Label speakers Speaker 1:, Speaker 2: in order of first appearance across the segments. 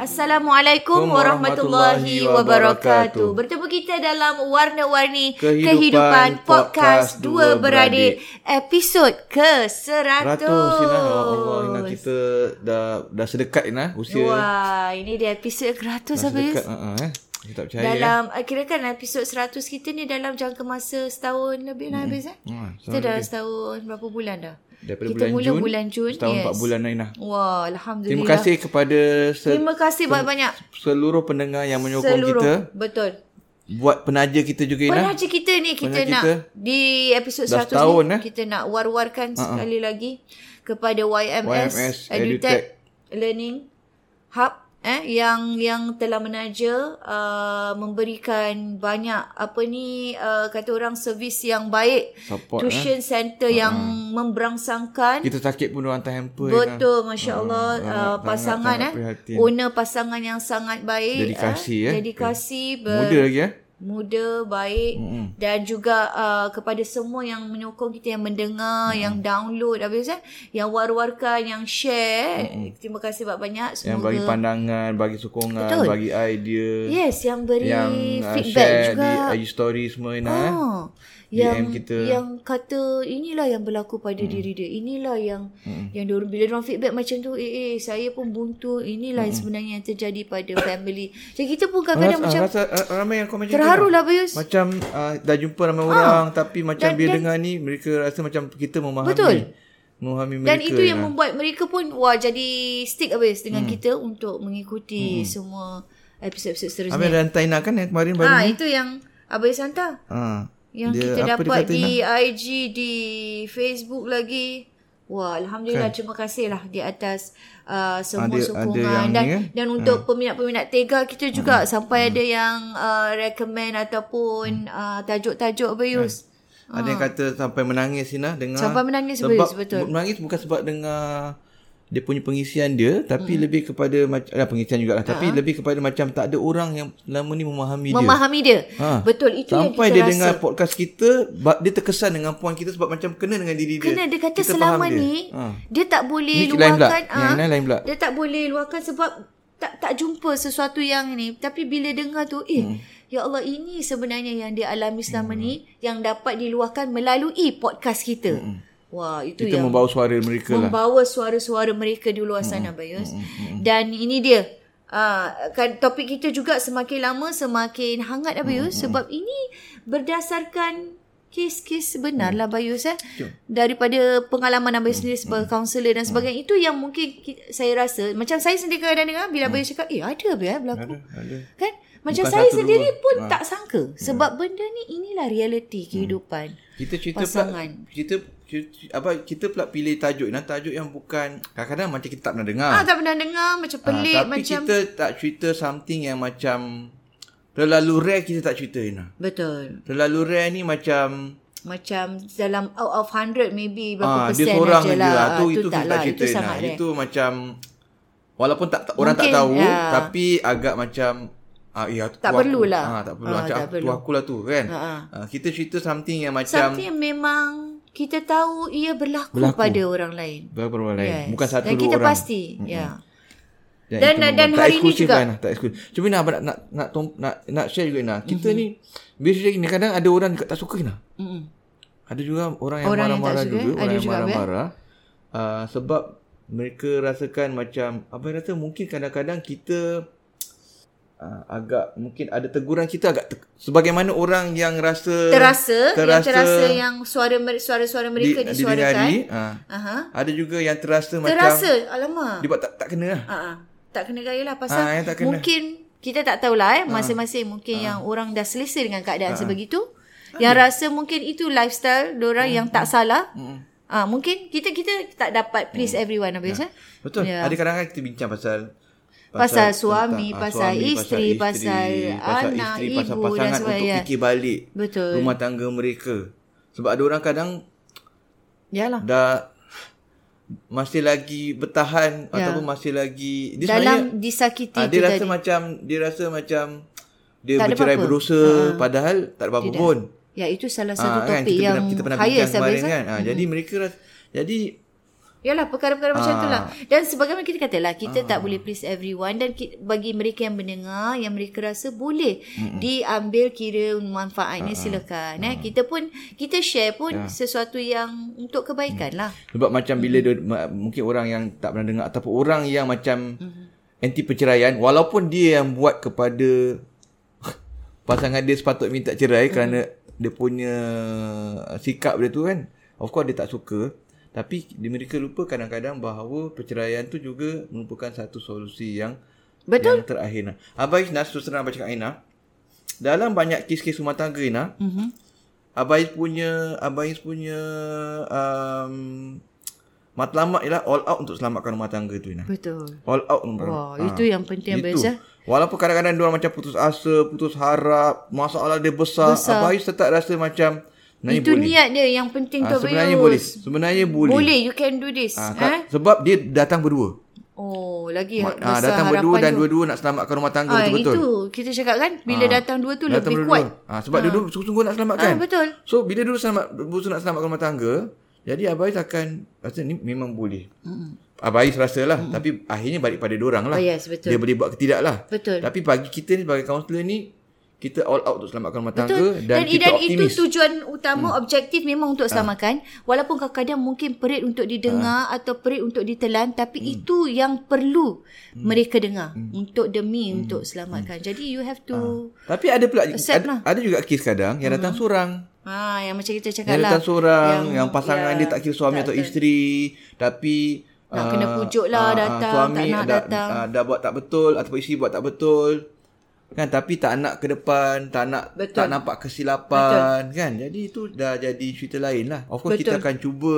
Speaker 1: Assalamualaikum warahmatullahi wabarakatuh. Bertemu kita dalam warna-warni kehidupan, podcast dua beradik, episod ke 100.
Speaker 2: Ratus Ina Ya Allah Ina kita dah dah sedekat Ina usia
Speaker 1: Wah, ini dia episod ke-100
Speaker 2: dah
Speaker 1: apa
Speaker 2: sedekat ha eh. Kita tak percaya
Speaker 1: Dalam eh. kira kan episod 100 kita ni dalam jangka masa setahun lebih lah habis eh.
Speaker 2: Hmm,
Speaker 1: Kita
Speaker 2: setahun
Speaker 1: dah
Speaker 2: lebih.
Speaker 1: setahun berapa bulan dah?
Speaker 2: eh. Daripada
Speaker 1: kita
Speaker 2: bulan
Speaker 1: mula
Speaker 2: Jun,
Speaker 1: bulan Jun.
Speaker 2: setahun empat bulan lah, Inah. eh.
Speaker 1: Wah,
Speaker 2: Terima
Speaker 1: alhamdulillah.
Speaker 2: kasih kepada se-
Speaker 1: Terima kasih banyak-banyak
Speaker 2: seluruh pendengar yang menyokong
Speaker 1: seluruh.
Speaker 2: kita
Speaker 1: Betul.
Speaker 2: buat penaja kita juga Ina.
Speaker 1: Pernah je kita ni kita
Speaker 2: Pernah
Speaker 1: nak
Speaker 2: kita.
Speaker 1: di episod
Speaker 2: Dah
Speaker 1: 100
Speaker 2: setahun,
Speaker 1: ni
Speaker 2: eh. Ha,
Speaker 1: kita nak war-warkan uh-uh. sekali lagi kepada YMS,
Speaker 2: YMS
Speaker 1: EduTech,
Speaker 2: EduTech.
Speaker 1: Learning Hub eh yang yang telah menaja uh, memberikan banyak apa ni uh, kata orang servis yang baik
Speaker 2: Support,
Speaker 1: tuition eh. center uh-huh. yang memberangsangkan
Speaker 2: Kita sakit pun orang tak hamper Ina.
Speaker 1: Betul, Masya Allah.
Speaker 2: ya. sangat,
Speaker 1: Uh,
Speaker 2: sangat,
Speaker 1: pasangan
Speaker 2: sangat
Speaker 1: eh.
Speaker 2: prihatin.
Speaker 1: Owner pasangan yang sangat baik.
Speaker 2: Dedikasi, eh.
Speaker 1: Dedikasi. Ber-
Speaker 2: Muda lagi eh.
Speaker 1: muda baik mm-hmm. dan juga uh, kepada semua yang menyokong kita yang mendengar mm-hmm. yang download habis eh yang war-warkan yang share mm-hmm. terima kasih
Speaker 2: Yang
Speaker 1: banyak-banyak semoga
Speaker 2: bagi pandangan, bagi sokongan,
Speaker 1: Betul.
Speaker 2: bagi idea.
Speaker 1: yes yang beri
Speaker 2: yang uh,
Speaker 1: feedback
Speaker 2: share
Speaker 1: juga
Speaker 2: di IG story semua Ina. eh.
Speaker 1: Ah,
Speaker 2: DM
Speaker 1: yang
Speaker 2: kita.
Speaker 1: yang kata inilah yang berlaku pada hmm. diri dia inilah yang hmm. yang diorang, bila orang feedback macam tu eh eh saya pun buntu inilah hmm. sebenarnya yang terjadi pada family jadi kita pun kadang-kadang
Speaker 2: Rasa-
Speaker 1: macam
Speaker 2: ah, rasa, ra- ramai yang komen macam tu,
Speaker 1: terharu
Speaker 2: Ina.
Speaker 1: lah Bayus
Speaker 2: Macam uh, dah jumpa ramai orang tapi macam
Speaker 1: Dan-
Speaker 2: bila
Speaker 1: dan-
Speaker 2: dengar ni mereka rasa macam kita memahami.
Speaker 1: Betul.
Speaker 2: Memahami mereka. ya.
Speaker 1: Dan itu yang
Speaker 2: Ina.
Speaker 1: membuat mereka pun wah jadi stick habis dengan lah. hmm. kita untuk mengikuti hmm. semua episod-episod
Speaker 2: Amir
Speaker 1: seterusnya.
Speaker 2: dan Taina kan yang kemarin baru.
Speaker 1: Ha
Speaker 2: ni?
Speaker 1: itu yang Abang Santa
Speaker 2: Ha.
Speaker 1: yang
Speaker 2: Dia- apa
Speaker 1: dia, kita
Speaker 2: dia
Speaker 1: dapat
Speaker 2: kata,
Speaker 1: di IG di Facebook lagi. Wah alhamdulillah terima kasihlah di atas uh,
Speaker 2: Hmm.
Speaker 1: semua
Speaker 2: Ada- ada
Speaker 1: sokongan
Speaker 2: yang ni,
Speaker 1: dan
Speaker 2: Hmm. kan?
Speaker 1: dan untuk peminat-peminat Tega kita juga sampai ada yang uh, recommend
Speaker 2: Hmm.
Speaker 1: ataupun uh, tajuk-tajuk
Speaker 2: Eh,
Speaker 1: Bayus.
Speaker 2: Ada yang kata sampai menangis Ina dengar.
Speaker 1: ah. Sampai menangis,
Speaker 2: sebab,
Speaker 1: serius, betul.
Speaker 2: Menangis bukan sebab dengar dia punya pengisian dia tapi hmm. lebih kepada macam ah, pengisian jugalah tapi lebih kepada macam tak ada orang yang selama ni memahami dia.
Speaker 1: Memahami dia.
Speaker 2: Ha.
Speaker 1: Betul itu
Speaker 2: Sampai
Speaker 1: yang kita
Speaker 2: dia
Speaker 1: rasa.
Speaker 2: dengar podcast kita ba- Dia terkesan dengan puan kita Sebab macam kena dengan diri dia
Speaker 1: Kena dia kata
Speaker 2: Kita faham
Speaker 1: selama
Speaker 2: dia.
Speaker 1: ni dia.
Speaker 2: ha.
Speaker 1: tak boleh
Speaker 2: Ni lain pula.
Speaker 1: luahkan
Speaker 2: Yang
Speaker 1: ah,
Speaker 2: ini lain pula.
Speaker 1: Dia tak boleh luahkan sebab tak tak jumpa sesuatu yang ni. Tapi bila dengar tu eh
Speaker 2: Hmm.
Speaker 1: ya Allah ini sebenarnya yang dia alami selama ni yang dapat diluahkan melalui podcast kita. Wah itu
Speaker 2: Hmm. Kita
Speaker 1: yang
Speaker 2: membawa suara mereka lah
Speaker 1: membawa suara-suara mereka di luar sana Bayus. Dan ini dia Uh, kan topik kita juga semakin lama semakin hangat Abayus hmm, sebab ini berdasarkan kes-kes
Speaker 2: Mm.
Speaker 1: benar lah Abayus eh daripada pengalaman Abayus sendiri sebagai kaunselor dan sebagainya itu yang mungkin ki- saya rasa macam saya sendiri kadang-kadang dengar bila Abayus cakap eh ada Abayus eh, berlaku
Speaker 2: Mm. Ada
Speaker 1: kan macam
Speaker 2: Bukan
Speaker 1: saya
Speaker 2: satu
Speaker 1: sendiri
Speaker 2: dua. Ah. Mm.
Speaker 1: pun tak sangka sebab benda ni inilah realiti kehidupan
Speaker 2: Kita cerita
Speaker 1: Pasangan.
Speaker 2: pula kita, cerita- apa kita pula pilih tajuk nah tajuk yang bukan kadang-kadang macam kita tak pernah dengar.
Speaker 1: ah tak pernah dengar macam pelik
Speaker 2: Ah, tapi
Speaker 1: macam
Speaker 2: kita tak cerita something yang macam terlalu rare kita tak cerita Ina.
Speaker 1: betul
Speaker 2: Terlalu rare ni macam
Speaker 1: Macam dalam out of 100 maybe berapa
Speaker 2: ah
Speaker 1: persen
Speaker 2: dia seorang
Speaker 1: aje
Speaker 2: je
Speaker 1: lah.
Speaker 2: lah.
Speaker 1: Ah,
Speaker 2: Tu itu kita
Speaker 1: tak lah.
Speaker 2: tak cerita
Speaker 1: Itu
Speaker 2: Ina.
Speaker 1: sangat rare.
Speaker 2: Itu macam walaupun tak, tak orang tak
Speaker 1: Mungkin,
Speaker 2: tahu
Speaker 1: ah.
Speaker 2: tapi agak macam ah ya tu
Speaker 1: Tak
Speaker 2: aku.
Speaker 1: perlulah.
Speaker 2: Ah tak perlu
Speaker 1: Ah,
Speaker 2: macam
Speaker 1: tak
Speaker 2: aku,
Speaker 1: perlu.
Speaker 2: tu akulah tu kan.
Speaker 1: Ah, ah.
Speaker 2: Ah, kita cerita something yang macam
Speaker 1: Something yang memang kita tahu ia berlaku,
Speaker 2: Berlaku.
Speaker 1: pada orang lain.
Speaker 2: berapa orang lain. Bukan satu
Speaker 1: Dan
Speaker 2: dua
Speaker 1: kita
Speaker 2: orang.
Speaker 1: pasti. Ya. Dan-
Speaker 2: itu memang
Speaker 1: dan
Speaker 2: tak
Speaker 1: hari ni
Speaker 2: eksklusif
Speaker 1: juga.
Speaker 2: lah, Inah, tak eksklusif. Cuma nak nak nak nak, tom- nak, nak share juga Inah. Kita
Speaker 1: Mhm.
Speaker 2: mm-hmm. ni biasa ni kadang ada orang dekat tak suka Inah.
Speaker 1: Mm-mm.
Speaker 2: Ada juga orang yang
Speaker 1: Mhm. Orang yang tak
Speaker 2: marah-marah
Speaker 1: suka,
Speaker 2: juga,
Speaker 1: eh?
Speaker 2: orang
Speaker 1: Ada
Speaker 2: yang
Speaker 1: juga, Abang, eh?
Speaker 2: marah-marah. Uh, sebab mereka rasakan macam abang rasa mungkin kadang-kadang kita uh, agak mungkin ada teguran kita agak te- sebagaimana orang yang rasa
Speaker 1: Terasa, yang
Speaker 2: Terasa-
Speaker 1: terasa yang suara mer- suara-suara mereka
Speaker 2: di-
Speaker 1: disuarakan.
Speaker 2: didengari, ah.
Speaker 1: Aha.
Speaker 2: Ada juga yang terasa, macam
Speaker 1: Terasa. Alamak.
Speaker 2: dia buat tak tak kena lah.
Speaker 1: Ha, tak kena gaya lah pasal
Speaker 2: Ah, yang tak kena.
Speaker 1: mungkin kita
Speaker 2: Ah.
Speaker 1: tak tahulah eh masing-masing mungkin yang orang dah selesa dengan keadaan sebegitu
Speaker 2: Ah.
Speaker 1: yang rasa mungkin itu lifestyle diorang yang tak salah ah mungkin kita kita tak dapat please
Speaker 2: Mm.
Speaker 1: everyone apa
Speaker 2: Ah.
Speaker 1: ya
Speaker 2: Betul.
Speaker 1: Ya.
Speaker 2: Yeah. Ada kadang-kadang kita bincang pasal
Speaker 1: Pasal suami,
Speaker 2: ah,
Speaker 1: pasal isteri, pasal
Speaker 2: pasal
Speaker 1: anak,
Speaker 2: isteri,
Speaker 1: ibu
Speaker 2: pasal
Speaker 1: dan
Speaker 2: pasangan untuk
Speaker 1: sebagainya.
Speaker 2: fikir balik
Speaker 1: Betul.
Speaker 2: rumah tangga mereka. Sebab ada orang kadang
Speaker 1: yalah
Speaker 2: dah masih lagi bertahan yeah. ataupun masih lagi dia
Speaker 1: Ya. dalam
Speaker 2: sebenarnya
Speaker 1: disakiti
Speaker 2: ah,
Speaker 1: itu
Speaker 2: dia rasa
Speaker 1: tadi
Speaker 2: macam dia rasa macam dia
Speaker 1: Tak ada
Speaker 2: bercerai
Speaker 1: apa-apa.
Speaker 2: berdosa padahal tak ada apa-apa pun.
Speaker 1: ya itu salah satu
Speaker 2: Ah, kita
Speaker 1: topik yang eh.
Speaker 2: pernah, kita pernah
Speaker 1: kaya
Speaker 2: bincang
Speaker 1: saya
Speaker 2: kemarin kan. Ah, Jadi mereka rasa, jadi
Speaker 1: Yalah perkara-perkara macam tu
Speaker 2: Ah.
Speaker 1: lah Dan sebagaimana kita katalah Kita tak boleh please everyone Dan ki- bagi mereka yang mendengar Yang mereka rasa boleh Diambil kira
Speaker 2: Ah,
Speaker 1: manfaatnya silakan eh. Kita pun Kita share
Speaker 2: Ya.
Speaker 1: pun sesuatu yang Untuk kebaikan lah
Speaker 2: Sebab macam bila dia, ma- mungkin orang yang tak pernah dengar ataupun orang yang macam anti perceraian walaupun dia yang buat kepada pasangan dia sepatut minta cerai kerana dia punya sikap dia tu kan of course dia tak suka tapi dia mereka lupa kadang-kadang bahawa perceraian tu juga merupakan satu solusi yang
Speaker 1: Betul.
Speaker 2: yang terakhir nah. Abang Isna terus terang abang cakap Aina dalam banyak kes-kes rumah tangga Ina
Speaker 1: mm-hmm.
Speaker 2: Abang Is punya Abang Is punya um, matlamat ialah all out untuk selamatkan rumah tangga tu Ina.
Speaker 1: Betul
Speaker 2: All out rumah
Speaker 1: Wah, Itu yang penting ya.
Speaker 2: Itu.
Speaker 1: biasa
Speaker 2: Walaupun kadang-kadang dia orang macam putus asa, putus harap, masalah dia besar, besar. Abang Is tetap rasa macam sebenarnya
Speaker 1: Itu
Speaker 2: boleh.
Speaker 1: niat dia yang penting
Speaker 2: Ah,
Speaker 1: tu
Speaker 2: sebenarnya
Speaker 1: Abayus.
Speaker 2: boleh. Sebenarnya boleh.
Speaker 1: Boleh you can do this
Speaker 2: Ah,
Speaker 1: ha, eh?
Speaker 2: kat- sebab dia datang berdua.
Speaker 1: Oh lagi
Speaker 2: Ma-
Speaker 1: besar
Speaker 2: ah, datang berdua
Speaker 1: harapan
Speaker 2: dan
Speaker 1: tu.
Speaker 2: dua-dua nak selamatkan rumah tangga
Speaker 1: Ah,
Speaker 2: betul-betul. Ah.
Speaker 1: Itu kita cakap kan Bila datang dua tu
Speaker 2: Datang
Speaker 1: lebih
Speaker 2: berdua-dua.
Speaker 1: kuat
Speaker 2: Ah, sebab dia dulu sungguh-sungguh nak selamatkan.
Speaker 1: Ah, betul.
Speaker 2: So bila dulu selamat berusaha nak selamatkan rumah tangga, jadi Abais akan rasa ni memang boleh. Mm. Abais rasa lah. Mm. Tapi akhirnya balik pada diorang lah.
Speaker 1: Oh, yes, betul.
Speaker 2: Dia boleh buat ke tidak lah.
Speaker 1: Betul.
Speaker 2: Tapi bagi kita ni sebagai kaunselor ni, kita all out untuk selamatkan rumah tangga
Speaker 1: Betul.
Speaker 2: dan,
Speaker 1: Dan,
Speaker 2: kita
Speaker 1: dan, itu
Speaker 2: optimis.
Speaker 1: tujuan utama hmm. objektif memang untuk selamatkan walaupun kadang-kadang mungkin perit untuk didengar atau perit untuk ditelan tapi Ah. hmm. itu yang perlu hmm. mereka dengar hmm. untuk demi hmm. untuk selamatkan. Jadi you have to
Speaker 2: Tapi ada pula ada,
Speaker 1: Accept lah.
Speaker 2: ada juga kes kadang yang datang seorang.
Speaker 1: ha yang macam kita cakap
Speaker 2: Yang
Speaker 1: lah.
Speaker 2: datang seorang, yang, pasangan
Speaker 1: ya,
Speaker 2: dia tak kira suami
Speaker 1: tak-
Speaker 2: atau
Speaker 1: tak-
Speaker 2: isteri, tapi
Speaker 1: Nak
Speaker 2: ah,
Speaker 1: kena pujuk
Speaker 2: ah,
Speaker 1: lah
Speaker 2: ah,
Speaker 1: datang,
Speaker 2: suami
Speaker 1: tak nak
Speaker 2: dah,
Speaker 1: datang.
Speaker 2: ah, dah buat tak betul ataupun isteri buat tak betul. Kan tapi tak nak ke depan, tak nak
Speaker 1: Betul.
Speaker 2: betul. tak nampak kesilapan betul. kan. Jadi itu dah jadi cerita lain lah. Of course
Speaker 1: Betul.
Speaker 2: betul. kita akan cuba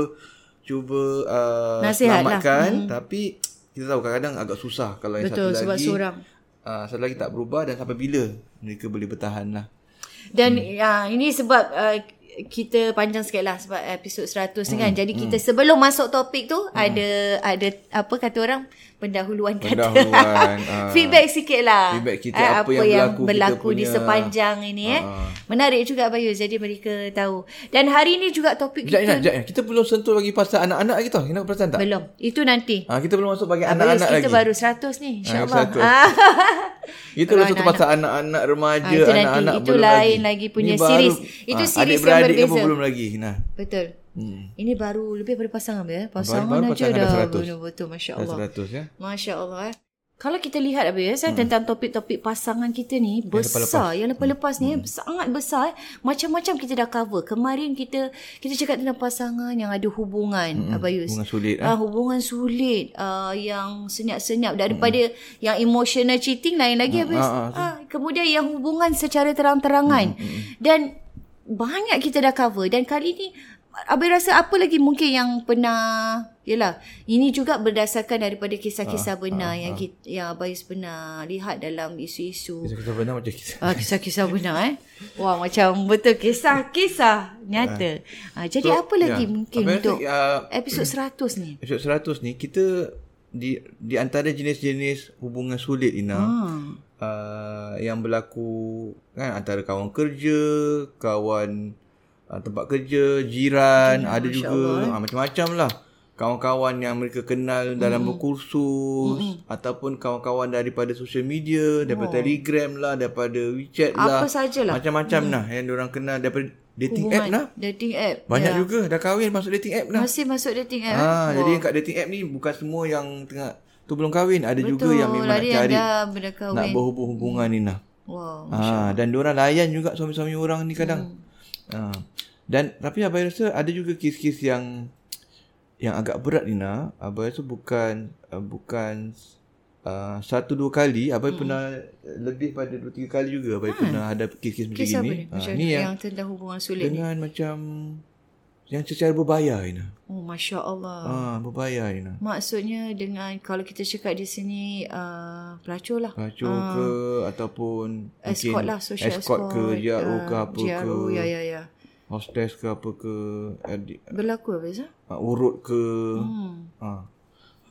Speaker 2: cuba uh,
Speaker 1: Nasihat lah.
Speaker 2: selamatkan lah. tapi kita tahu kadang-kadang agak susah kalau yang
Speaker 1: Betul,
Speaker 2: satu
Speaker 1: sebab
Speaker 2: lagi
Speaker 1: seorang.
Speaker 2: Uh, satu lagi tak berubah dan sampai bila mereka boleh bertahan lah.
Speaker 1: Dan hmm. ya, ini sebab uh, kita panjang sikit lah sebab episod 100 hmm. kan. Jadi kita sebelum masuk topik tu hmm. ada ada apa kata orang pendahuluan kata.
Speaker 2: Pendahuluan, ah.
Speaker 1: feedback sikit lah.
Speaker 2: Feedback kita,
Speaker 1: Eh,
Speaker 2: apa yang berlaku kita
Speaker 1: berlaku di
Speaker 2: punya. Ah.
Speaker 1: sepanjang ini eh. Menarik juga Bayu jadi mereka tahu. Dan hari ni juga topik
Speaker 2: Sekejap,
Speaker 1: kita
Speaker 2: Inah, sekejap. Inah. Kita belum sentuh lagi pasal anak-anak lagi tau. Inah perasan tak?
Speaker 1: belum. Itu nanti.
Speaker 2: Ah kita belum masuk bagi
Speaker 1: Bayu
Speaker 2: anak-anak
Speaker 1: kita
Speaker 2: lagi. Ah,
Speaker 1: baru 100 ni insya-Allah.
Speaker 2: seratus.
Speaker 1: Ah.
Speaker 2: Itu
Speaker 1: Kalau
Speaker 2: dah satu pasal anak-anak remaja,
Speaker 1: Ah, itu nanti.
Speaker 2: anak-anak
Speaker 1: Itu
Speaker 2: belum
Speaker 1: lain lagi punya
Speaker 2: Ni baru- Ah,
Speaker 1: series. Itu series yang
Speaker 2: adik-beradik
Speaker 1: berbeza.
Speaker 2: pun belum lagi. Nah.
Speaker 1: Betul. Hmm. Ini baru lebih daripada pasangan ya. Pasangan
Speaker 2: Baru- baru
Speaker 1: aja
Speaker 2: pasangan
Speaker 1: dah
Speaker 2: dah 100.
Speaker 1: betul-betul
Speaker 2: Dah
Speaker 1: masya-Allah.
Speaker 2: 100 ya.
Speaker 1: Masya Allah. eh. Kalau kita lihat apa ya, saya hmm. tentang topik-topik pasangan kita ni besar. Yang lepas-lepas Hmm. ni sangat besar. eh. Macam-macam kita dah cover. Kemarin kita kita cakap tentang pasangan yang ada hubungan, hmm. Abayus.
Speaker 2: Hubungan sulit, eh.
Speaker 1: Ah, hubungan sulit. Ah, yang senyap-senyap. Daripada hmm. yang emotional cheating lain lagi hmm. Abayus. Ah, kemudian yang hubungan secara terang-terangan. Hmm. Dan banyak kita dah cover. Dan kali ni Abang rasa apa lagi mungkin yang pernah Yelah Ini juga berdasarkan daripada kisah-kisah benar Yang kita, yang Abang Yus pernah lihat dalam isu-isu
Speaker 2: Kita kita benar macam kita.
Speaker 1: Ah, kisah-kisah benar eh Wah macam betul kisah-kisah nyata ah, Jadi so, apa lagi
Speaker 2: ya.
Speaker 1: mungkin
Speaker 2: Abang rasa,
Speaker 1: untuk
Speaker 2: ah,
Speaker 1: episod 100 ni
Speaker 2: episod 100 ni kita di di antara jenis-jenis hubungan sulit Ina.
Speaker 1: hmm.
Speaker 2: uh, yang berlaku kan antara kawan kerja,
Speaker 1: eh.
Speaker 2: kawan uh, tempat kerja, jiran, ada juga ah, macam-macam lah. kawan-kawan yang mereka kenal dalam berkursus ataupun kawan-kawan daripada social media, daripada Telegram lah, daripada WeChat lah.
Speaker 1: Oh. Apa sajalah. Mm.
Speaker 2: Macam-macam lah yang orang kenal daripada dating app lah.
Speaker 1: Dating app.
Speaker 2: Banyak juga dah kahwin masuk dating app lah.
Speaker 1: Masih masuk dating app. eh?
Speaker 2: Ah, jadi yang kat dating app ni bukan semua yang tengah tu belum kahwin, ada juga
Speaker 1: Betul,
Speaker 2: yang memang nak
Speaker 1: ada yang
Speaker 2: cari
Speaker 1: dah Oh, berkahwin.
Speaker 2: nak berhubung-hubungan ni lah.
Speaker 1: Wow.
Speaker 2: Ha, dan diorang layan juga suami-suami orang ni kadang. Hmm. Ha. Dan tapi Abang rasa ada juga kes-kes yang yang agak berat ni nak. Abang rasa bukan uh, bukan uh, satu dua kali. Abang hmm. pernah uh, lebih pada dua tiga kali juga. Abang pernah ada kes-kes macam
Speaker 1: Hmm. Kes apa
Speaker 2: gini.
Speaker 1: ni?
Speaker 2: Ha,
Speaker 1: Macam
Speaker 2: ni yang,
Speaker 1: yang tentang hubungan
Speaker 2: yang
Speaker 1: sulit ni.
Speaker 2: dengan macam yang secara berbayar ni nak.
Speaker 1: Oh, Masya Allah.
Speaker 2: Ha, berbayar ni nak.
Speaker 1: Maksudnya dengan kalau kita cakap di sini uh, pelacur lah.
Speaker 2: Kacau ke ataupun
Speaker 1: Escort lah, social
Speaker 2: Ah, escort,
Speaker 1: escort.
Speaker 2: ke, JRO ke
Speaker 1: ah,
Speaker 2: apa
Speaker 1: GRO,
Speaker 2: ke,
Speaker 1: ya, ya, ya.
Speaker 2: hostess ke apa ke, adik,
Speaker 1: Berlaku apa Zah?
Speaker 2: uh, urut ke.
Speaker 1: Hmm.
Speaker 2: Ha.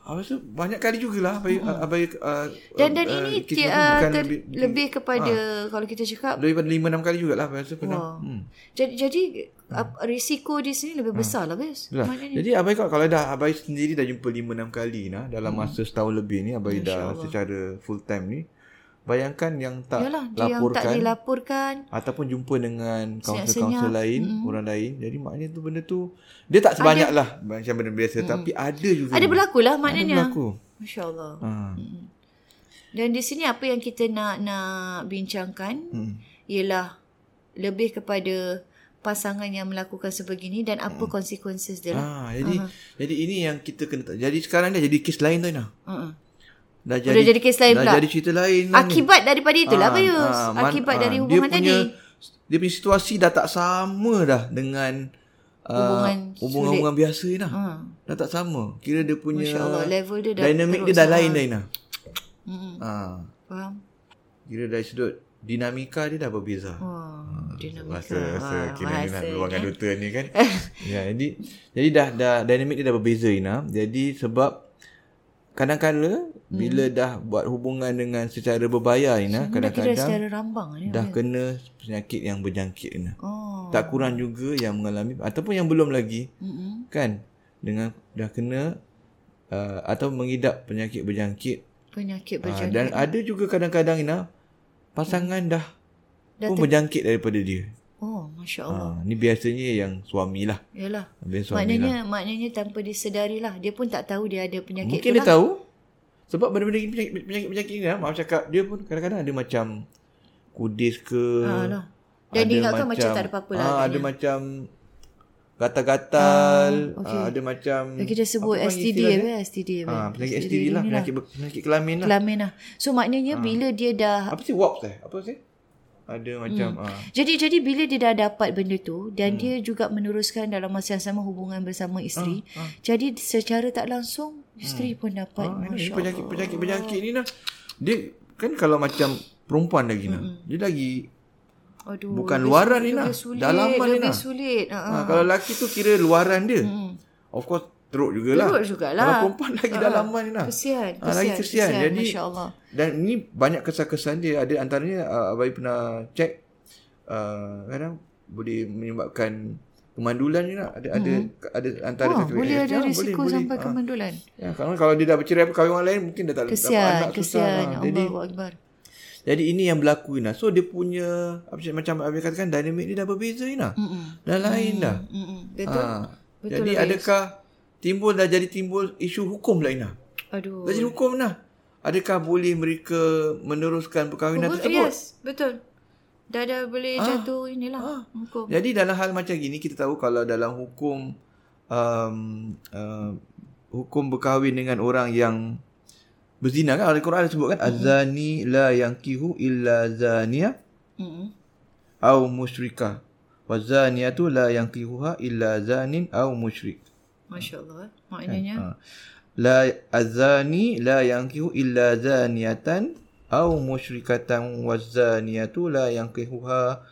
Speaker 2: Abang rasa banyak kali jugalah abang, hmm. abang uh,
Speaker 1: Dan dan
Speaker 2: uh,
Speaker 1: ini
Speaker 2: kes tu
Speaker 1: ti- uh,
Speaker 2: bukan
Speaker 1: ter, lebih,
Speaker 2: lebih, ah.
Speaker 1: lebih kepada kalau kita cakap
Speaker 2: lebih pada lima enam kali jugalah abang rasa pernah. Hmm.
Speaker 1: Wah. Jadi jadi ap- risiko di sini lebih besar lah guys.
Speaker 2: Itulah.
Speaker 1: Maknanya
Speaker 2: Jadi abang kalau, kalau dah abang sendiri dah jumpa lima enam kali nah dalam
Speaker 1: Hmm.
Speaker 2: masa setahun lebih ni abang dah secara full time ni. Bayangkan yang tak
Speaker 1: yalah dia yang tak
Speaker 2: laporkan
Speaker 1: dilaporkan
Speaker 2: ataupun jumpa dengan
Speaker 1: Senyap-senyap.
Speaker 2: kaunselor-kaunselor lain, mm. orang lain. Jadi maknanya tu benda tu dia tak sebanyak lah macam benda biasa mm. tapi ada juga.
Speaker 1: ada berlaku lah
Speaker 2: Ada
Speaker 1: maknanya.
Speaker 2: berlaku.
Speaker 1: Masya-Allah.
Speaker 2: Ha.
Speaker 1: Dan di sini apa yang kita nak nak bincangkan
Speaker 2: Hmm.
Speaker 1: ialah lebih kepada pasangan yang melakukan sebegini dan apa
Speaker 2: Hmm.
Speaker 1: konsekuensi dia lah.
Speaker 2: Ah, jadi uh-huh. jadi ini yang kita kena tahu. Jadi sekarang dah jadi kes lain tu Ina.
Speaker 1: Uh-uh.
Speaker 2: Dah jadi
Speaker 1: Jadi, jadi kes lain
Speaker 2: dah
Speaker 1: pula.
Speaker 2: jadi cerita lain lah ni.
Speaker 1: Akibat daripada itulah
Speaker 2: Ah,
Speaker 1: Bayus.
Speaker 2: ah, man-
Speaker 1: Akibat dari
Speaker 2: ah,
Speaker 1: hubungan
Speaker 2: dia punya,
Speaker 1: tadi.
Speaker 2: Dia punya situasi dah tak sama dah dengan ah,
Speaker 1: Hubungan
Speaker 2: hubungan-hubungan biasa Ina.
Speaker 1: Ah.
Speaker 2: Dah tak sama. Kira dia punya
Speaker 1: Masya-Allah level dia dah
Speaker 2: dinamik dia
Speaker 1: teruk
Speaker 2: dah
Speaker 1: sangat.
Speaker 2: lain dah Ina.
Speaker 1: Mm-mm.
Speaker 2: Ah,
Speaker 1: Faham?
Speaker 2: kira dari sudut dinamika dia dah berbeza.
Speaker 1: Oh,
Speaker 2: Ah,
Speaker 1: dinamika.
Speaker 2: Bahasa bahasa
Speaker 1: Ah,
Speaker 2: kira ni nak
Speaker 1: bahasa,
Speaker 2: luangkan
Speaker 1: eh.
Speaker 2: duta ni kan. ya, jadi jadi dah dah dynamic dia dah berbeza Ina. Jadi sebab kadang-kadang bila dah buat hubungan dengan secara berbayar Ina,
Speaker 1: Kira
Speaker 2: kadang-kadang
Speaker 1: secara rambang ni.
Speaker 2: dah kena penyakit yang berjangkit Ina.
Speaker 1: Oh.
Speaker 2: Tak kurang juga yang mengalami ataupun yang belum lagi
Speaker 1: Mm-mm.
Speaker 2: kan dengan dah kena uh, atau mengidap penyakit berjangkit.
Speaker 1: Penyakit
Speaker 2: Ah,
Speaker 1: berjangkit.
Speaker 2: dan ada juga kadang-kadang Ina pasangan dah,
Speaker 1: Dah
Speaker 2: pun berjangkit daripada dia.
Speaker 1: oh, Masya Allah.
Speaker 2: Ha, ni biasanya yang suami lah.
Speaker 1: Yalah.
Speaker 2: Biasanya suami lah.
Speaker 1: Maknanya, maknanya tanpa disedari lah. Dia pun tak tahu dia ada penyakit
Speaker 2: Mungkin
Speaker 1: tu
Speaker 2: dia
Speaker 1: lah.
Speaker 2: tahu. Sebab benda-benda ni, penyakit- penyakit-penyakit ni lah, maaf cakap, dia pun kadang-kadang ada macam kudis ke.
Speaker 1: Ah, lah. Dan
Speaker 2: ada
Speaker 1: dia ingatkan macam tak ada apa-apa lah
Speaker 2: ah, Ada
Speaker 1: agaknya.
Speaker 2: macam gatal-gatal.
Speaker 1: Ah, okey.
Speaker 2: ah, ada macam.
Speaker 1: Lagi dia sebut
Speaker 2: apa panggil
Speaker 1: STD
Speaker 2: istilah
Speaker 1: apa
Speaker 2: dia?
Speaker 1: STD apa.
Speaker 2: Ah, penyakit STD lah.
Speaker 1: ni
Speaker 2: Penyakit, ber- penyakit kelamin lah.
Speaker 1: Kelamin lah. So maknanya
Speaker 2: Hmm.
Speaker 1: bila dia dah
Speaker 2: Apa sih WAPS eh? Apa sih? Ada macam.
Speaker 1: Hmm.
Speaker 2: ah.
Speaker 1: jadi jadi bila dia dah dapat benda tu
Speaker 2: Hmm.
Speaker 1: dan dia juga meneruskan dalam masa yang sama hubungan bersama isteri. Jadi secara tak langsung isteri pun dapat.
Speaker 2: Hmm, Ah, ini
Speaker 1: Masya
Speaker 2: penyakit penyakit penyakit ni lah. Dia kan kalau macam perempuan lagi lah. Dia lagi
Speaker 1: Allah. Aduh.
Speaker 2: Bukan
Speaker 1: lebih
Speaker 2: luaran
Speaker 1: sulit,
Speaker 2: ni lah.
Speaker 1: Lebih sulit.
Speaker 2: Dalaman ni
Speaker 1: lebih
Speaker 2: lah.
Speaker 1: sulit. Ha,
Speaker 2: Ha, kalau lelaki tu kira luaran dia. Hmm. Of course teruk jugalah.
Speaker 1: Teruk jugalah.
Speaker 2: Kalau perempan lagi
Speaker 1: Ha,
Speaker 2: dalaman ni lah.
Speaker 1: kesian,
Speaker 2: Ha, lagi
Speaker 1: kesian,
Speaker 2: kesian.
Speaker 1: kesian.
Speaker 2: Jadi
Speaker 1: Masya Allah.
Speaker 2: Dan ni banyak kesan-kesan dia ada antaranya uh, abai pernah check uh, kadang boleh menyebabkan kemandulan ni lah. Ada ada ada antara
Speaker 1: Oh,
Speaker 2: satu-
Speaker 1: boleh ada
Speaker 2: Ya,
Speaker 1: risiko
Speaker 2: boleh.
Speaker 1: sampai
Speaker 2: Ah.
Speaker 1: kemandulan.
Speaker 2: Ya, kalau kalau dia dah bercerai apa kahwin orang lain mungkin dia tak dapat
Speaker 1: Kesian,
Speaker 2: anak susah.
Speaker 1: kesian.
Speaker 2: Ha. Jadi
Speaker 1: Allahu Akbar.
Speaker 2: jadi ini yang berlaku Ina. So dia punya apa cakap- macam Abi katakan dinamik dia dah berbeza Ina.
Speaker 1: Mm-mm.
Speaker 2: Dah lain dah.
Speaker 1: Mm-mm. Hmm. Betul.
Speaker 2: Ha.
Speaker 1: Betul
Speaker 2: jadi
Speaker 1: lah,
Speaker 2: adakah timbul dah jadi timbul isu hukum lah Ina?
Speaker 1: Aduh.
Speaker 2: Dah jadi hukum lah. Adakah boleh mereka meneruskan perkahwinan
Speaker 1: Betul,
Speaker 2: tersebut?
Speaker 1: yes, betul. Dah dah boleh jatuh inilah.
Speaker 2: Ah.
Speaker 1: Hukum.
Speaker 2: Jadi dalam hal macam gini kita tahu kalau dalam hukum um, uh, hukum berkahwin dengan orang yang berzina kan Al-Quran ada sebut
Speaker 1: Hmm.
Speaker 2: kan azani la yankihu illa zaniyah
Speaker 1: Mm-mm.
Speaker 2: au musyrikah wa zaniyatu la yankihuha illa zanin au musyrik
Speaker 1: Masya Allah. eh. Maknanya.
Speaker 2: ha. la azani la yankihu illa zaniyatan au musyrikatan wa zaniyatu la yankihuha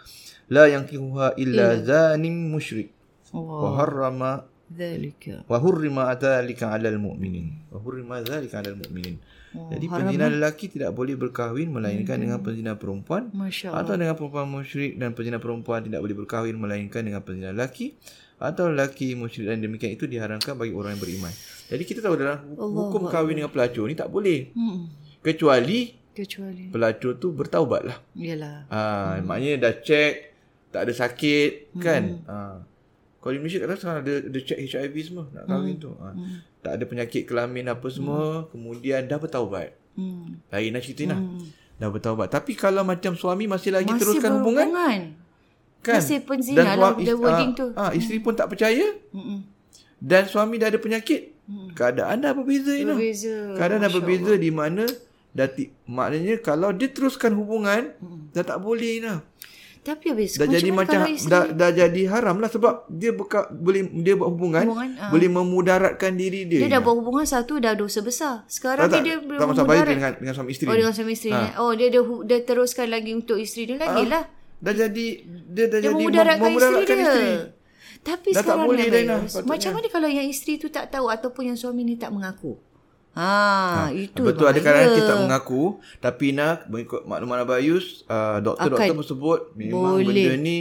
Speaker 2: la yankihuha illa zanin musyrik wa
Speaker 1: Allah.
Speaker 2: harrama
Speaker 1: Dhalika.
Speaker 2: wa hurrima dhalika 'alal mu'minin wa hurrima dhalika 'alal mu'minin Jadi penzina lelaki tidak boleh berkahwin melainkan dengan penzina perempuan
Speaker 1: Masya Allah.
Speaker 2: atau dengan perempuan musyrik dan penzina perempuan tidak boleh berkahwin melainkan dengan penzina lelaki atau lelaki musyrik dan demikian itu diharamkan bagi orang yang beriman. Jadi kita tahu dalam hu- hukum kahwin dengan pelacur ni tak boleh.
Speaker 1: Hmm.
Speaker 2: Kecuali
Speaker 1: Kecuali.
Speaker 2: pelacur tu bertaubat lah.
Speaker 1: Yalah.
Speaker 2: Ha, hmm. Maknanya dah check, tak ada sakit kan. Ha. Kalau di Malaysia kat atas sekarang ada, ada check HIV semua nak kahwin hmm. tu. Ha. Hmm. Tak ada penyakit kelamin apa semua. Kemudian dah bertaubat.
Speaker 1: Hmm.
Speaker 2: Lain lah cerita ni lah. Dah bertaubat. Tapi kalau macam suami masih lagi masih teruskan hubungan
Speaker 1: berhubungan.
Speaker 2: kan.
Speaker 1: masih penzina lah
Speaker 2: suami-
Speaker 1: the
Speaker 2: is-
Speaker 1: wording
Speaker 2: ah,
Speaker 1: tu. Hmm.
Speaker 2: Ah, isteri pun tak percaya
Speaker 1: Mm-mm.
Speaker 2: dan suami dah ada penyakit. Keadaan dah berbeza Ina.
Speaker 1: Berbeza.
Speaker 2: Kadang dah berbeza di mana dah ti- maknanya kalau dia teruskan hubungan dah tak boleh Ina.
Speaker 1: Tapi habis
Speaker 2: dah jadi
Speaker 1: mana
Speaker 2: macam
Speaker 1: kalau isteri-
Speaker 2: dah, dah jadi haram lah sebab dia beka, boleh dia buat hubungan,
Speaker 1: Hubungan, ah.
Speaker 2: boleh memudaratkan diri dia.
Speaker 1: dia dah berhubungan satu dah dosa besar. Sekarang
Speaker 2: tak, tak,
Speaker 1: dia dia
Speaker 2: tak masuk baik
Speaker 1: berhubungan
Speaker 2: dengan dengan suami isteri.
Speaker 1: Oh dengan suami isteri. Ha. Oh dia dia, hu- dia teruskan lagi untuk isteri dia lagi lah.
Speaker 2: Dah jadi dia dah Ha?
Speaker 1: Dia
Speaker 2: jadi mem-
Speaker 1: memudaratkan isteri
Speaker 2: memudaratkan
Speaker 1: dia. Tapi
Speaker 2: Dah tak
Speaker 1: sekarang
Speaker 2: boleh
Speaker 1: dah
Speaker 2: dah,
Speaker 1: Bayus,
Speaker 2: Inah, patutnya.
Speaker 1: Macam mana kalau yang isteri tu tak tahu ataupun yang suami ni tak mengaku? Ha, ha itu
Speaker 2: Betul ada
Speaker 1: bahaya.
Speaker 2: kadang-kadang kita tak mengaku tapi nak mengikut maklumat Abayus uh, doktor-doktor
Speaker 1: Akan.
Speaker 2: pun sebut memang
Speaker 1: Boleh.
Speaker 2: benda ni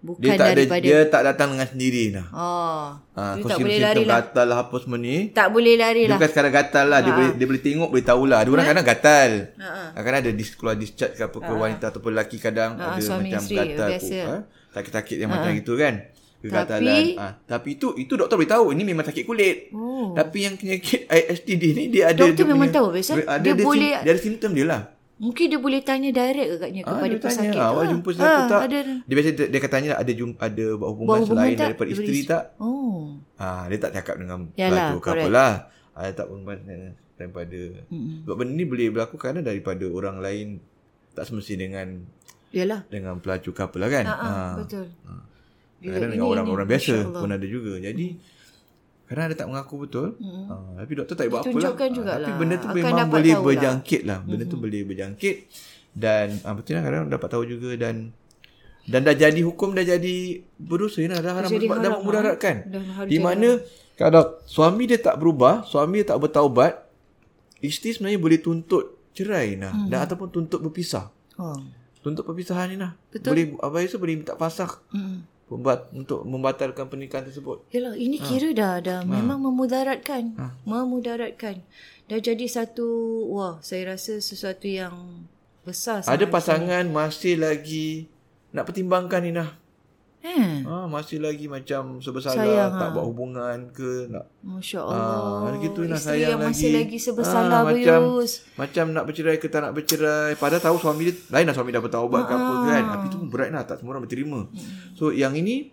Speaker 1: Bukan
Speaker 2: dia tak ada,
Speaker 1: daripada
Speaker 2: dia tak datang dengan sendiri nah.
Speaker 1: Oh,
Speaker 2: Ah,
Speaker 1: dia
Speaker 2: kau
Speaker 1: tak boleh
Speaker 2: simptom
Speaker 1: lari lah.
Speaker 2: gatal lah apa semua ni.
Speaker 1: Tak boleh lari
Speaker 2: Dia
Speaker 1: lah.
Speaker 2: bukan sekarang gatal lah. Dia, boleh, dia boleh tengok, boleh tahulah. Ada orang kadang gatal.
Speaker 1: Ha,
Speaker 2: Kadang-kadang ada dis, keluar discharge ke apa ke wanita ataupun lelaki kadang
Speaker 1: Ha,
Speaker 2: ada
Speaker 1: suami
Speaker 2: macam
Speaker 1: isteri,
Speaker 2: gatal.
Speaker 1: biasa. ha.
Speaker 2: Ha? Sakit-sakit yang macam gitu kan. Kegatalan.
Speaker 1: Tapi-
Speaker 2: Tapi, ha. tapi itu itu doktor beritahu. Ini memang sakit kulit.
Speaker 1: Oh.
Speaker 2: Tapi yang penyakit STD ni dia ada.
Speaker 1: Doktor
Speaker 2: dia
Speaker 1: memang
Speaker 2: punya-
Speaker 1: tahu, biasa.
Speaker 2: Ada, dia,
Speaker 1: Dia
Speaker 2: dia, boleh,
Speaker 1: boleh-
Speaker 2: dia ada simptom dia lah.
Speaker 1: Mungkin dia boleh tanya direct agaknya
Speaker 2: Ah,
Speaker 1: kepada
Speaker 2: dia tanya,
Speaker 1: pesakit. tu
Speaker 2: awak
Speaker 1: lah.
Speaker 2: jumpa siapa
Speaker 1: Ah,
Speaker 2: tak?
Speaker 1: Ada
Speaker 2: Dia biasa dia, dia katanya ada jum, ada buat hubungan,
Speaker 1: buat hubungan
Speaker 2: selain
Speaker 1: tak
Speaker 2: daripada isteri tak?
Speaker 1: Oh.
Speaker 2: Ah, dia tak cakap dengan
Speaker 1: Yalah,
Speaker 2: Yalah, pelacur ke
Speaker 1: correct.
Speaker 2: apalah. Ah, dia tak berhubungan dengan- daripada sebab benda ni boleh berlaku kerana daripada orang lain tak semestinya dengan
Speaker 1: Yalah.
Speaker 2: dengan pelacur ke apalah kan.
Speaker 1: Ah,
Speaker 2: Ah,
Speaker 1: betul. Bila
Speaker 2: Kadang-kadang dengan
Speaker 1: ini-
Speaker 2: orang-orang
Speaker 1: ini,
Speaker 2: biasa
Speaker 1: insyaAllah.
Speaker 2: pun ada juga. Jadi kadang ada tak mengaku betul. Ah, tapi doktor tak boleh buat apalah.
Speaker 1: Ditunjukkan
Speaker 2: Ah, tapi
Speaker 1: jugalah.
Speaker 2: benda tu
Speaker 1: Akan
Speaker 2: memang
Speaker 1: dapat
Speaker 2: boleh
Speaker 1: tahulah.
Speaker 2: berjangkit lah. Benda tu boleh berjangkit dan ah, betul lah kadang dapat tahu juga dan dan dah jadi hukum dah jadi berdosa lah dah haram
Speaker 1: Jadi
Speaker 2: sebab dah
Speaker 1: haram,
Speaker 2: memudaratkan.
Speaker 1: ah. Dah haram
Speaker 2: Di
Speaker 1: jadi
Speaker 2: mana kalau suami dia tak berubah, suami dia tak bertaubat, isteri sebenarnya boleh tuntut cerai nah
Speaker 1: Mm-hmm.
Speaker 2: dan ataupun tuntut berpisah.
Speaker 1: Oh.
Speaker 2: Tuntut perpisahan ni lah. Betul. Boleh abang Yusuf boleh minta pasah
Speaker 1: Hmm.
Speaker 2: pembat, untuk membatalkan pernikahan tersebut.
Speaker 1: Yalah,
Speaker 2: Ha.
Speaker 1: ini kira dah dah memang memudaratkan. Memudaratkan. Dah jadi satu wah, saya rasa sesuatu yang besar
Speaker 2: Ada
Speaker 1: sangat.
Speaker 2: pasangan masih lagi nak pertimbangkan ni nah.
Speaker 1: Eh,
Speaker 2: Ha, masih lagi macam sebesar
Speaker 1: Sayang,
Speaker 2: Sayang, tak
Speaker 1: ha.
Speaker 2: buat hubungan ke nak
Speaker 1: masya-Allah.
Speaker 2: Ah, gitu lah,
Speaker 1: Isteri
Speaker 2: sayang
Speaker 1: yang masih
Speaker 2: lagi.
Speaker 1: lagi sebesalah
Speaker 2: Ah,
Speaker 1: ha,
Speaker 2: macam-
Speaker 1: Bayus.
Speaker 2: macam nak bercerai ke tak nak bercerai padahal tahu suami dia lain lah suami dah bertaubat ke
Speaker 1: Ha.
Speaker 2: apa kan tapi tu berat lah tak semua orang berterima so yang ini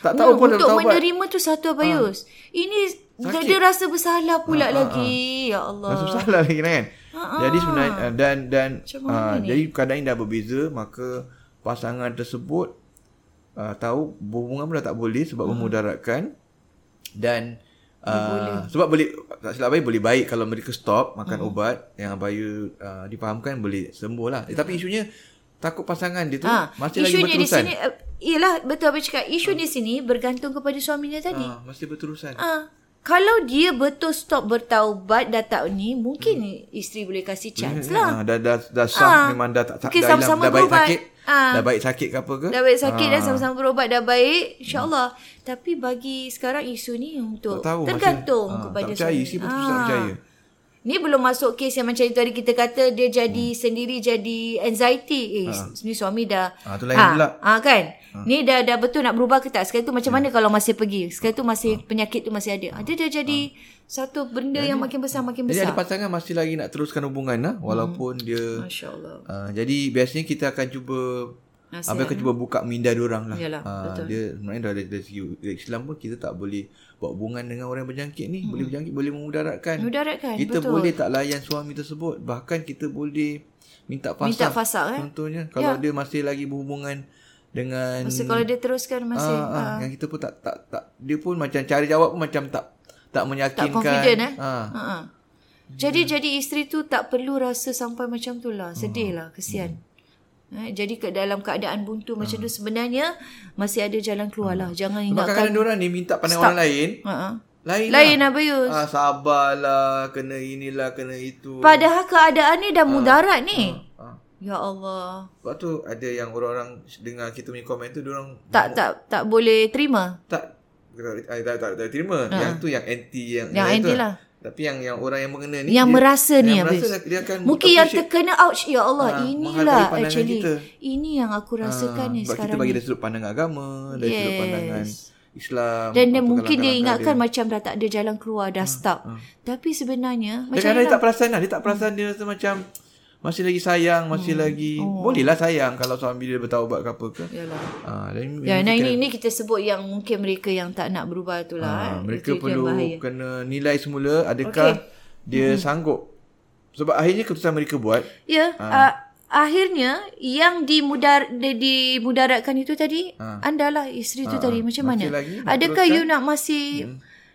Speaker 2: tak tahu pun dah
Speaker 1: Hmm. Oh, untuk
Speaker 2: bertaubat
Speaker 1: menerima tu satu Abayus.
Speaker 2: Ah.
Speaker 1: Ini dia, dia rasa bersalah pula lagi. Ya Allah.
Speaker 2: Rasa bersalah lagi kan. Jadi sebenarnya uh, dan dan uh, jadi keadaan ini dah berbeza maka pasangan tersebut uh, tahu berhubungan pun dah tak boleh sebab memudaratkan dan uh, sebab boleh tak silap baik boleh baik kalau mereka stop makan ubat yang abaya uh, difahamkan boleh sembuh lah. Eh, tapi isunya takut pasangan dia tu masih lagi
Speaker 1: Ha. Isunya di
Speaker 2: berterusan.
Speaker 1: sini uh, Yelah betul apa cakap Isu di sini bergantung kepada suaminya tadi
Speaker 2: Ah, masih berterusan.
Speaker 1: Ah, Kalau dia betul stop bertaubat dah tak ni Mungkin
Speaker 2: Hmm.
Speaker 1: isteri boleh kasih chance lah
Speaker 2: Ah, dah, dah, dah sah
Speaker 1: Ah.
Speaker 2: memang dah tak
Speaker 1: Mungkin
Speaker 2: dah, hilang,
Speaker 1: sama-sama
Speaker 2: dah baik
Speaker 1: berubat.
Speaker 2: sakit.
Speaker 1: Ah.
Speaker 2: Dah baik sakit ke apa ke? Ah.
Speaker 1: Dah baik sakit dah sama-sama berubat dah baik InsyaAllah Tapi bagi sekarang isu ni
Speaker 2: Hmm.
Speaker 1: untuk
Speaker 2: Tak tahu, masa-
Speaker 1: Tergantung
Speaker 2: Ah,
Speaker 1: kepada Ah,
Speaker 2: tak percaya, isteri pun terus tak percaya.
Speaker 1: Ni belum masuk kes yang macam itu tadi kita kata Dia jadi
Speaker 2: Hmm.
Speaker 1: sendiri jadi anxiety Eh ha. ni suami dah
Speaker 2: Ah, tu lain pula. Ya.
Speaker 1: Ah kan? Ni dah dah betul nak berubah ke tak? Sekarang tu macam mana kalau masih pergi? Sekarang tu masih penyakit tu masih ada. Ada dah jadi satu benda yang makin besar makin
Speaker 2: Ah. Jadi
Speaker 1: besar. Hmm.
Speaker 2: ada pasangan masih lagi nak teruskan hubungan lah walaupun dia
Speaker 1: Masya-Allah.
Speaker 2: uh, jadi biasanya kita akan cuba
Speaker 1: Nasihat,
Speaker 2: apa akan cuba buka minda dia orang lah.
Speaker 1: eh? Yalah,
Speaker 2: Ah,
Speaker 1: betul.
Speaker 2: dia sebenarnya dah dari, dari segi Islam pun kita tak boleh buat hubungan dengan orang yang berjangkit ni. Boleh berjangkit boleh memudaratkan.
Speaker 1: Mudaratkan,
Speaker 2: Kita
Speaker 1: Hmm. kan? betul.
Speaker 2: boleh tak layan suami tersebut. Bahkan kita boleh minta fasak.
Speaker 1: Minta fasak, eh?
Speaker 2: Contohnya kalau dia masih lagi berhubungan dengan
Speaker 1: So kalau dia teruskan masih
Speaker 2: Ah, ah, yang kita pun tak tak tak dia pun macam cara jawab pun macam tak tak meyakinkan.
Speaker 1: tak confident eh.
Speaker 2: Ah.
Speaker 1: Ha. ha. Jadi jadi isteri tu tak perlu rasa sampai macam tu lah. Sedih lah, kesian.
Speaker 2: Hmm.
Speaker 1: Eh, jadi ke dalam keadaan buntu macam tu sebenarnya masih ada jalan keluar lah. Jangan
Speaker 2: Hmm. Sebab
Speaker 1: ingatkan.
Speaker 2: kadang-kadang diorang ni minta pandang orang lain
Speaker 1: Ha. ha.
Speaker 2: Lain,
Speaker 1: Lain Abayus.
Speaker 2: Ah, sabarlah, kena inilah, kena itu.
Speaker 1: Padahal keadaan ni
Speaker 2: Ah.
Speaker 1: dah mudarat ni. Ya Allah.
Speaker 2: Sebab tu ada yang orang-orang dengar kita punya komen tu, diorang
Speaker 1: Tak tak tak boleh terima.
Speaker 2: tak tak tak, tak, tak, tak terima. Yang tu yang anti yang
Speaker 1: Ah. Yang
Speaker 2: tu
Speaker 1: anti
Speaker 2: lah.
Speaker 1: lah.
Speaker 2: Tapi yang yang orang yang mengena ni
Speaker 1: Yang merasa ni
Speaker 2: yang
Speaker 1: Abayus.
Speaker 2: merasa dia akan
Speaker 1: Mungkin yang
Speaker 2: appreciate.
Speaker 1: terkena ouch ya
Speaker 2: Ah,
Speaker 1: Allah.
Speaker 2: menghargai
Speaker 1: inilah
Speaker 2: pandangan
Speaker 1: actually.
Speaker 2: kita. Ah,
Speaker 1: Ini yang aku rasakan ni
Speaker 2: sebab kita
Speaker 1: sekarang.
Speaker 2: bagi
Speaker 1: ni.
Speaker 2: dari sudut pandangan agama, dari sudut
Speaker 1: Yes.
Speaker 2: pandangan Islam.
Speaker 1: Dan dia
Speaker 2: apa
Speaker 1: mungkin dia
Speaker 2: kalangan-kalangan
Speaker 1: ingatkan macam dah tak ada jalan keluar dah stuck. Tapi sebenarnya
Speaker 2: Hmm, Dia
Speaker 1: macam
Speaker 2: kadang dia
Speaker 1: yalah.
Speaker 2: tak perasan lah. Dia tak perasan dia rasa macam masih lagi sayang, masih
Speaker 1: Hmm.
Speaker 2: lagi
Speaker 1: Oh.
Speaker 2: bolehlah sayang kalau suami dia bertaubat ke apa ke.
Speaker 1: Yalah.
Speaker 2: Ah, dan
Speaker 1: Ya, nah ini ini kita sebut yang mungkin mereka yang tak nak berubah tu
Speaker 2: Ah,
Speaker 1: lah. eh.
Speaker 2: mereka
Speaker 1: Itu- itu yang
Speaker 2: perlu
Speaker 1: bahaya.
Speaker 2: kena nilai semula adakah
Speaker 1: Okey. Hmm.
Speaker 2: dia sanggup. Sebab akhirnya keputusan mereka buat
Speaker 1: Ya,
Speaker 2: Ah.
Speaker 1: uh, akhirnya yang dimudar di- dimudaratkan itu tadi
Speaker 2: Ah.
Speaker 1: andalah isteri itu tadi macam mana?
Speaker 2: Masih lagi Ah, nak
Speaker 1: Adakah
Speaker 2: teruskan? Hmm.
Speaker 1: you nak masih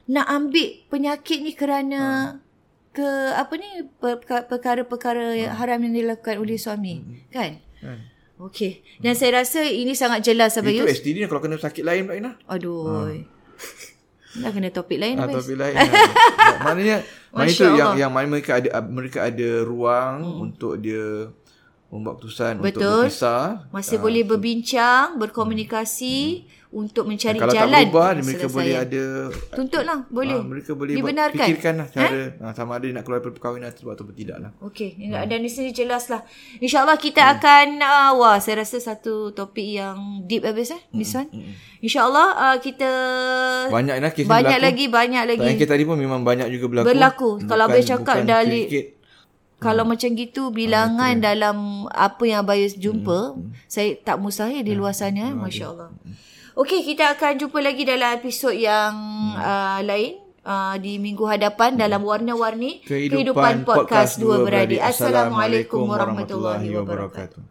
Speaker 1: nak ambil penyakit ni kerana
Speaker 2: Ah.
Speaker 1: ke apa ni perka- perkara-perkara yang
Speaker 2: Ah.
Speaker 1: haram yang dilakukan oleh
Speaker 2: Hmm,
Speaker 1: suami, kan? Okey. Dan saya rasa ini sangat
Speaker 2: itu
Speaker 1: jelas
Speaker 2: Ah.
Speaker 1: Abayus.
Speaker 2: STD kalau kena sakit lain pula Inah.
Speaker 1: Aduh. Dah kena topik lain
Speaker 2: atau
Speaker 1: Abayus.
Speaker 2: bila lain. Ah, Maknanya maknanya
Speaker 1: Masya
Speaker 2: itu yang
Speaker 1: Allah. Hmm.
Speaker 2: yang mana mereka ada mereka ada ruang untuk dia membuat keputusan untuk
Speaker 1: Betul.
Speaker 2: berpisah.
Speaker 1: Masih boleh berbincang, berkomunikasi untuk mencari
Speaker 2: Hmm. Kalau tak
Speaker 1: jalan.
Speaker 2: berubah mereka boleh
Speaker 1: penyelesaian.
Speaker 2: ada
Speaker 1: Tuntutlah, boleh.
Speaker 2: ah, mereka boleh buat-
Speaker 1: Dibenarkan. Ha?
Speaker 2: fikirkan lah cara ah, sama ada nak keluar dari perkahwinan sebab atau tidak lah.
Speaker 1: Okey, dan di sini jelaslah. InsyaAllah kita
Speaker 2: Hmm.
Speaker 1: akan, uh, wah saya rasa satu topik yang deep habis eh, this one. InsyaAllah uh, kita
Speaker 2: Hmm, Banyak Inah kes ni
Speaker 1: banyak
Speaker 2: berlaku.
Speaker 1: lagi, banyak
Speaker 2: Tak
Speaker 1: lagi.
Speaker 2: yang kita tadi pun memang banyak juga berlaku.
Speaker 1: Berlaku. Kalau
Speaker 2: Bukan-
Speaker 1: Abang cakap
Speaker 2: bukan
Speaker 1: dah li-
Speaker 2: sedikit.
Speaker 1: Kalau
Speaker 2: Hmm.
Speaker 1: macam
Speaker 2: Ah,
Speaker 1: gitu, bilangan dalam apa yang
Speaker 2: Hmm,
Speaker 1: Abayus jumpa, saya tak mustahil di luar sana, eh, Masya Allah.
Speaker 2: hmm.
Speaker 1: Okey, kita akan jumpa lagi dalam episod yang uh, lain. Uh, di minggu hadapan dalam warna-warni
Speaker 2: Kehidupan, Hmm. podcast dua beradik.
Speaker 1: Assalamualaikum warahmatullahi wabarakatuh.